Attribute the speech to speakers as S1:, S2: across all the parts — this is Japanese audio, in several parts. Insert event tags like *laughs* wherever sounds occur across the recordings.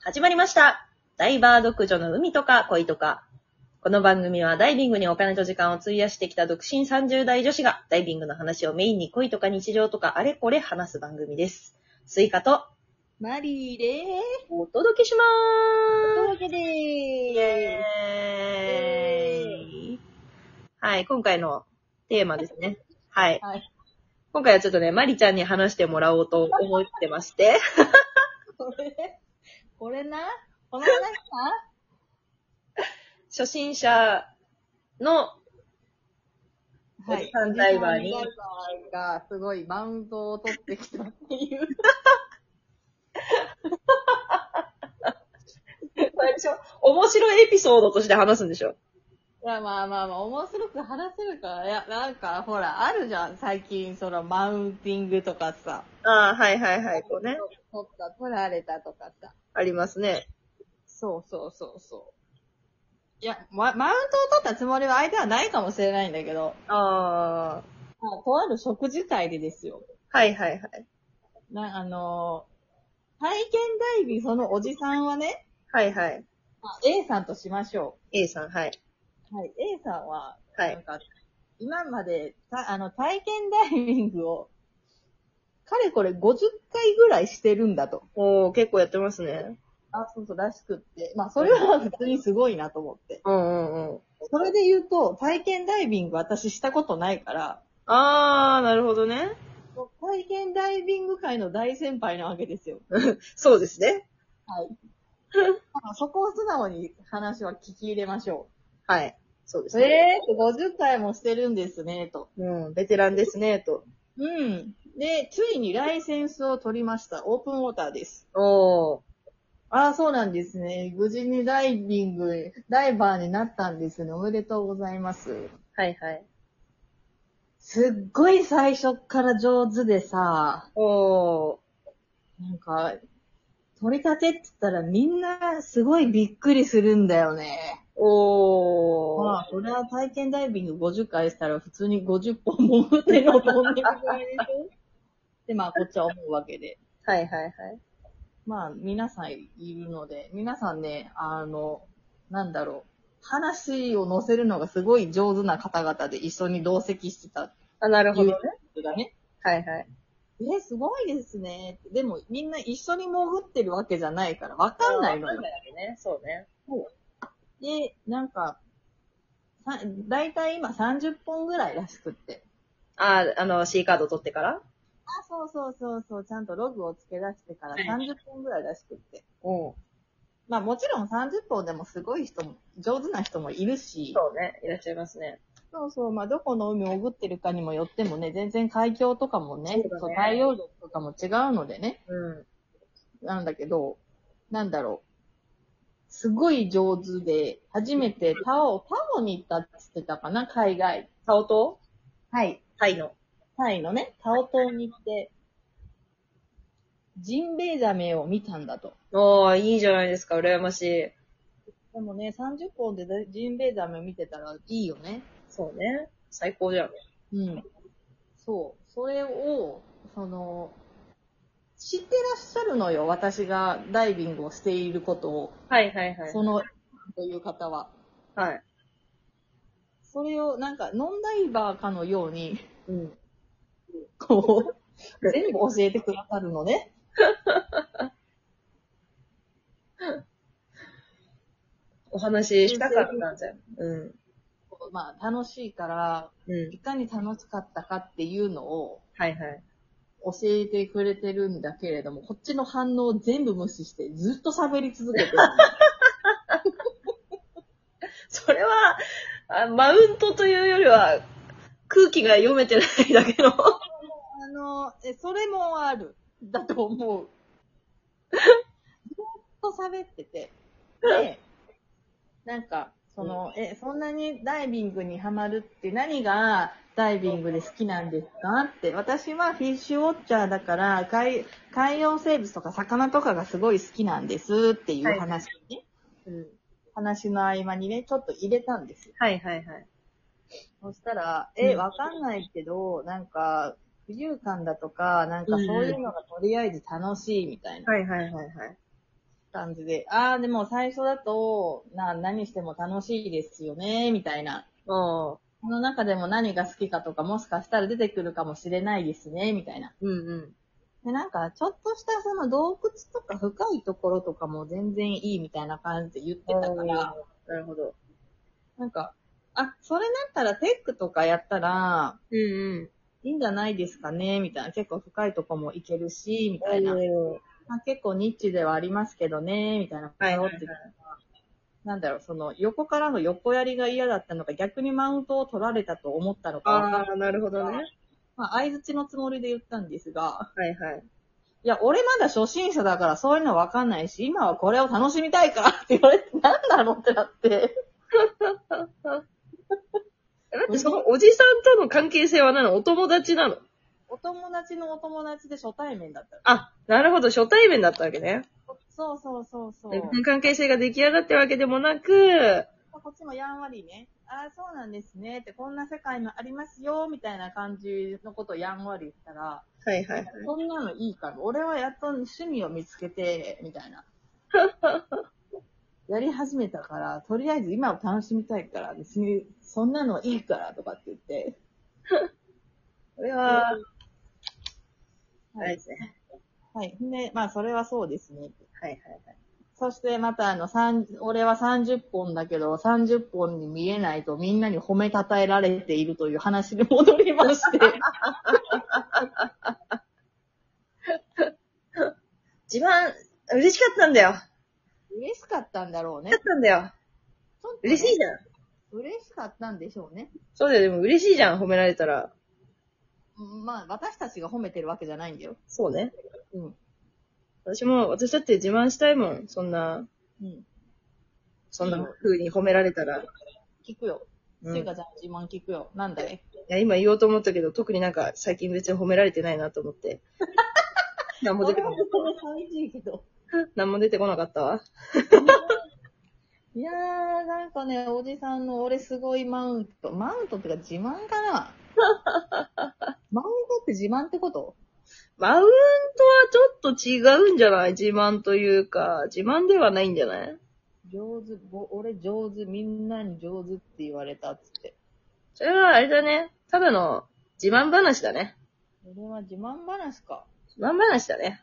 S1: 始まりました。ダイバー独女の海とか恋とか。この番組はダイビングにお金と時間を費やしてきた独身30代女子がダイビングの話をメインに恋とか日常とかあれこれ話す番組です。スイカと
S2: マリーでーす。
S1: お届けしま
S2: という
S1: ーす。
S2: わけでー
S1: イエーイはい、今回のテーマですね。はい。
S2: はい
S1: 今回はちょっとね、マリちゃんに話してもらおうと思ってまして。
S2: これ、 *laughs* これな、この話な、
S1: 初心者のおじさんダイバーに
S2: ダイバーがすごいマウントを取ってきたっていう。
S1: 最
S2: *laughs*
S1: 初、面白いエピソードとして話すんでしょ
S2: いや、まあまあまあ、面白く話せるから、いや、なんか、ほら、あるじゃん、最近、その、マウンティングとかさ、
S1: ああ、はいはいはい、こうね。
S2: 取った、取られたとかさ。
S1: ありますね。
S2: そうそうそうそう。いや、まマウントを取ったつもりは相手はないかもしれないんだけど、
S1: ああ、
S2: まあとある食事会でですよ。
S1: はいはいはい。
S2: な、あのー体験ダイビング、そのおじさんはね、
S1: はいはい。
S2: まあ A さんとしましょ
S1: A さん、はい。
S2: う。はい、A さんは、
S1: は
S2: なん
S1: い。
S2: か、今まで、たあの、体験ダイビングを、かれこれ50回ぐらいしてるんだと。
S1: おー、結構やってますね。
S2: あ、そうそう、らしくって。まあ、それは普通にすごいなと思って。
S1: うんうんうん。
S2: それで言うと、体験ダイビング私したことないから、
S1: ああ、なるほどね。
S2: もう体験ダイビング界の大先輩なわけですよ。
S1: そうですね。
S2: はい。まあそこを素直に話は聞き入れましょう。
S1: はい。そうですね。
S2: えー、50回もしてるんですね、と。
S1: うん、ベテランですね、と。
S2: うん。で、ついにライセンスを取りました。オープンウォーターです。
S1: おー。
S2: ああ、そうなんですね。無事にダイビング、ダイバーになったんですね。おめでとうございます。
S1: はいはい。
S2: すっごい最初から上手でさ、
S1: おー。
S2: なんか、取り立てって言ったらみんなすごいびっくりするんだよね。
S1: おー。
S2: まあ、これは体験ダイビング50回したら普通に50本潜ってるのと同じぐ *laughs* らいでしょで、まあ、こっちは思うわけで。
S1: はいはいはい。
S2: まあ、皆さんいるので、皆さんね、あの、なんだろう、話を載せるのがすごい上手な方々で一緒に同席してた
S1: あ、なるほどね。
S2: 人がね、
S1: はいはい。
S2: え、すごいですね。でも、みんな一緒に潜ってるわけじゃないから、わかんないの
S1: わかん
S2: よ。
S1: ないわけね。そうね。
S2: で、なんか、さだいたい今30本ぐらいらしくって。
S1: あー、あの、C カード取ってから
S2: あ、そうそうそうそう、ちゃんとログを付け出してから
S1: はい
S2: 30本ぐらいらしくって。
S1: うん。
S2: まあもちろん30本でもすごい人も、上手な人もいるし、
S1: そうね。いらっしゃいますね。
S2: そうそう、まあ、どこの海を潜ってるかにもよってもね、全然海峡とかもね、
S1: そうだね
S2: そう対応力とかも違うのでね、
S1: うん。
S2: なんだけど、なんだろう。すごい上手で、初めてタオ、タオに行ったって言ってたかな、海外。
S1: タオ島
S2: はい。
S1: タイの。
S2: タイのね、タオ島に行って、ジンベエザメを見たんだと。
S1: おー、いいじゃないですか。羨ましい。
S2: でもね、30本でジンベエザメを見てたらいいよね。
S1: そうね。最高じゃん。
S2: うん。そう。それを、その、知ってらっしゃるのよ。私がダイビングをしていることを。
S1: はいはいはい。
S2: その、という方は。
S1: はい。
S2: それを、なんか、ノンダイバーかのように、 *laughs*
S1: うん。
S2: こう、全部教えてくださるのね。
S1: お話ししたかったんじゃん。う
S2: まあ、楽しいから、
S1: ん。うん。
S2: いかに楽しかったかっていうのを
S1: はいはい。
S2: 教えてくれてるんだけれども、こっちの反応を全部無視して、ずっと喋り続けてる。
S1: それは、あマウントというよりは、空気が読めてないだけの。
S2: あの、え、それもある。だと思う。ずっと喋ってて。で、なんか、その、え、そんなにダイビングにハマるって何がダイビングで好きなんですかって。私はフィッシュウォッチャーだから、海、海洋生物とか魚とかがすごい好きなんですっていう話をね、
S1: うん。
S2: 話の合間にね、ちょっと入れたんですよ。
S1: はいはいはい。
S2: そしたら、
S1: う
S2: え、
S1: ん
S2: わかんないけど、なんか、浮遊感だとか、なんかそういうのがとりあえず楽しいみたいな。
S1: はいはいはいはい。
S2: 感じで、ああ、でも最初だと、な、何しても楽しいですよね、みたいな。
S1: うん。
S2: この中でも何が好きかとか、もしかしたら出てくるかもしれないですね、みたいな。
S1: うんうん。
S2: で、なんか、ちょっとしたその洞窟とか深いところとかも全然いいみたいな感じで言ってたから、
S1: なるほど。
S2: なんか、あ、それだったらテックとかやったら、
S1: うんうん。
S2: いいんじゃないですかね、みたいな。結構深いとこも行けるし、みたいな。まあ、結構ニッチではありますけどね、みたいなことを
S1: はいはいはい
S2: って言ったらなんだろう、その、横からの横やりが嫌だったのか、逆にマウントを取られたと思ったのかわかんない、
S1: ああ、なるほどね。
S2: まあ、相づちのつもりで言ったんですが、
S1: はいはい。
S2: いや、俺まだ初心者だからそういうのわかんないし、今はこれを楽しみたいから *laughs* って言われて、なんだろうってなって。
S1: だってそのおじさんとの関係性は何なのお友達なの
S2: お友達のお友達で初対面だったの。
S1: あ、なるほど、初対面だったわけね。
S2: そうそうそうそう。
S1: で関係性が出来上がってるわけでもなく、
S2: こっちもやんわりね、ああ、そうなんですねって、こんな世界もありますよ、みたいな感じのことをやんわり言ったら、
S1: はいはいはい。
S2: そんなのいいから、俺はやっと趣味を見つけて、みたいな。やり始めたから、とりあえず今を楽しみたいから、別にそんなのいいからとかって言って。
S1: これは、あ
S2: は
S1: れ
S2: い。
S1: ですね。
S2: はい。で、まあそれはそうですね。
S1: はいはいはい。
S2: そしてまたあの、三俺は30本だけど、30本に見えないとみんなに褒めたたえられているという話に戻りまして。
S1: 一番嬉しかったんだよ。嬉し
S2: 嬉しかったんだろうね
S1: かっ。たんだよ。
S2: ちょっとね
S1: 嬉しいじゃん。
S2: 嬉しかったんでしょうね。
S1: そうだよ、でも嬉しいじゃん、褒められたら。
S2: うんまあ、私たちが褒めてるわけじゃないんだよ。
S1: そうね。
S2: うん。
S1: 私も、私だって自慢したいもん。そんな、
S2: うん。
S1: そんな風に褒められたら。
S2: 聞くよ。
S1: うん
S2: せいかちゃん自慢聞くよ。なんだい
S1: いや、今言おうと思ったけど、特になんか最近別に褒められてないなと思 *laughs* って。何も出てこなかっ
S2: 寂しい
S1: *laughs*
S2: けど。
S1: た。何も出てこなかったわ。
S2: いやー、なんかね、おじさんの俺すごいマウント。マウントってか自慢か
S1: *laughs*
S2: なマウントって自慢ってこと
S1: マウントはちょっと違うんじゃない自慢というか、自慢ではないんじゃない
S2: 上手、ぼ俺上手、みんなに上手って言われたっつって。
S1: それはあれだね。ただの自慢話だね。
S2: 俺は自慢話か。
S1: 自慢話だね。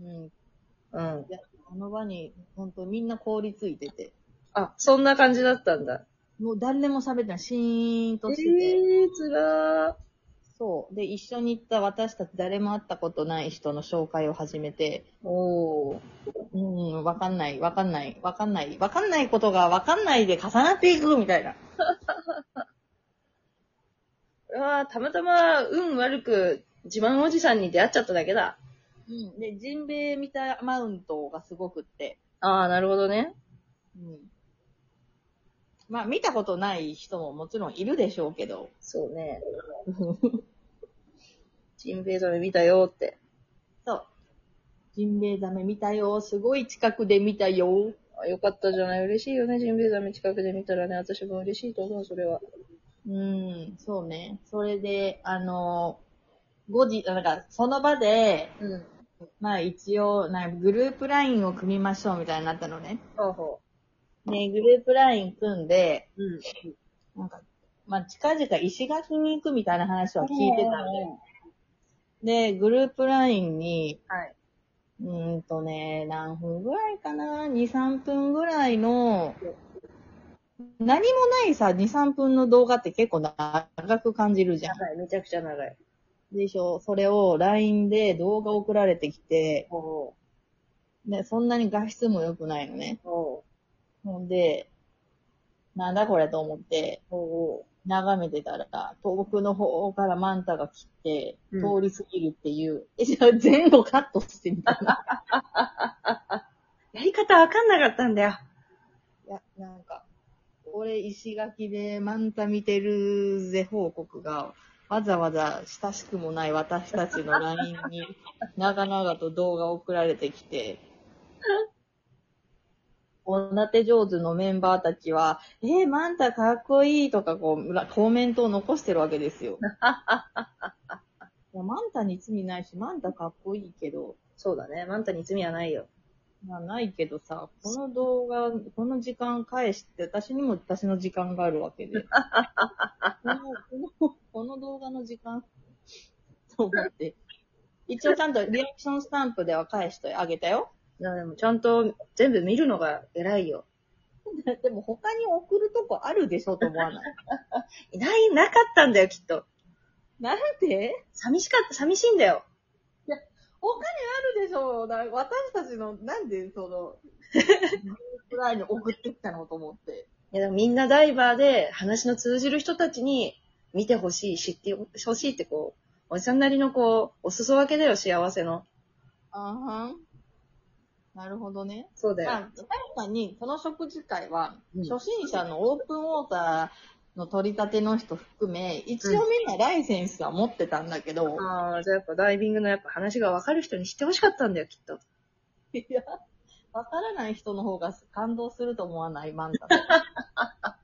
S2: うん。
S1: うん。
S2: あの場に、ほんとみんな凍りついてて。
S1: あ、そんな感じだったんだ。
S2: もう誰でも喋ってない。シーン
S1: え
S2: としてて。
S1: ー、つらー。
S2: そう。で、一緒に行った私たち誰も会ったことない人の紹介を始めて、
S1: おー。
S2: うん、わかんない、わかんない、わかんない、わかんないことがわかんないで重なっていくみたいな。
S1: これはたまたま運悪く自慢おじさんに出会っちゃっただけだ。
S2: うん。で、ジンベエ見たマウントがすごくって、
S1: ああ、なるほどね。
S2: うん。まあ、見たことない人ももちろんいるでしょうけど、
S1: そうね。ジンベエザメ見たよって。
S2: そう。ジンベエザメ見たよ、すごい近くで見たよ。
S1: あよかったじゃない。嬉しいよね。ジンベエザメ近くで見たらね、私も嬉しいと思う、それは。
S2: うん、そうね。それで、あの、後日、なんか、その場で、
S1: うん。
S2: まあ一応、なんかグループラインを組みましょうみたいになったのね。
S1: ほうほ
S2: ね、グループライン組んで、
S1: う。うん。
S2: なんか、まあ近々石垣に行くみたいな話は聞いてたん
S1: ね。
S2: で。で、グループラインに、
S1: はい。
S2: うーんとね、何分ぐらいかな ?2、3分ぐらいの、何もないさ、2、3分の動画って結構長く感じるじゃん。
S1: 長い、めちゃくちゃ長い。
S2: でしょそれを LINE で動画送られてきて、
S1: ほうほ
S2: ね、そんなに画質も良くないのね。
S1: う。ほ
S2: ほんで、なんだこれと思って
S1: う。ほ
S2: 眺めてたら、遠くの方からマンタが来て、
S1: うん
S2: 通り過ぎるっていう、え、じゃあ前後カットしてみたいな。
S1: う。やり方わかんなかったんだよ。
S2: いや、なんか、俺石垣でマンタ見てるぜ報告が、わざわざ親しくもない私たちの LINE に、長々と動画送られてきて、女手上手のメンバーたちは、えー、マンタかっこいいとか、こう、らコメントを残してるわけですよ。いやマンタに罪ないし、マンタかっこいいけど、
S1: そうだね。マンタに罪はないよ。
S2: まあないけどさ、この動画、この時間返して、私にも私の時間があるわけで。このこのこの動画の時間、と思って。一応ちゃんとリアクションスタンプでは返してあげたよ。
S1: いや、でもちゃんと全部見るのが偉いよ。
S2: でも他に送るとこあるでしょと思わない。
S1: ない、なかったんだよ、きっと。
S2: なんで
S1: 寂しかった、寂しいんだよ。
S2: あるでしょだ私たちの、なんでその、くらいに送ってきたのと思って。
S1: いや、でもみんなダイバーで話の通じる人たちに見てほしい、知ってほしいってこう、おじさんなりのこう、お裾分けだよ、幸せの。
S2: あはん。なるほどね。
S1: そうだ
S2: まあ、
S1: よ。
S2: 確かに、この食事会は、
S1: うん
S2: 初心者のオープンウォーターの取り立ての人含め、一応みんなライセンスは持ってたんだけど、
S1: ああ、じゃあやっぱダイビングのやっぱ話がわかる人に知ってほしかったんだよ、きっと。
S2: いや、わからない人の方が感動すると思わない、マンタ。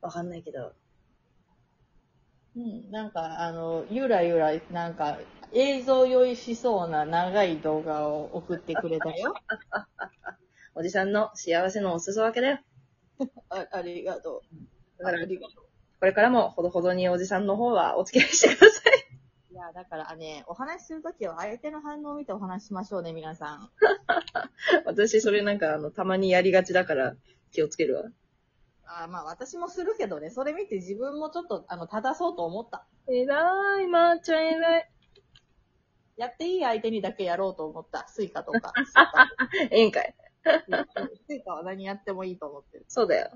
S1: わかんないけど。
S2: *laughs* うん、なんか、あの、ゆらゆら、なんか、映像酔いしそうな長い動画を送ってくれたよ。
S1: おじさんの幸せのお裾分けだよ。
S2: *laughs* あありがとう。
S1: だから、
S2: りがと
S1: これからもほどほどにおじさんの方はお付き合いしてください。
S2: う。いや、だからね、お話しするときは相手の反応を見てお話しましょうね、皆さん。
S1: *laughs* 私、それなんか、あの、たまにやりがちだから気をつけるわ。
S2: あまあ私もするけどね、それ見て自分もちょっと、あの、正そうと思った。
S1: 偉い、まーちゃん偉 *laughs* い。
S2: やっていい相手にだけやろうと思った。スイカ
S1: *laughs*
S2: とか。
S1: ええんかい。
S2: スイカは何やってもいいと思ってる。
S1: そうだよ。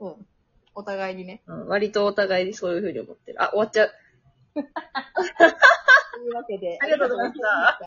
S2: うん。お互い
S1: *laughs*
S2: にね。
S1: うん、割とお互いにそういうふうに思ってる。あ、終わっちゃう。
S2: というわけで。
S1: ありがとうございました。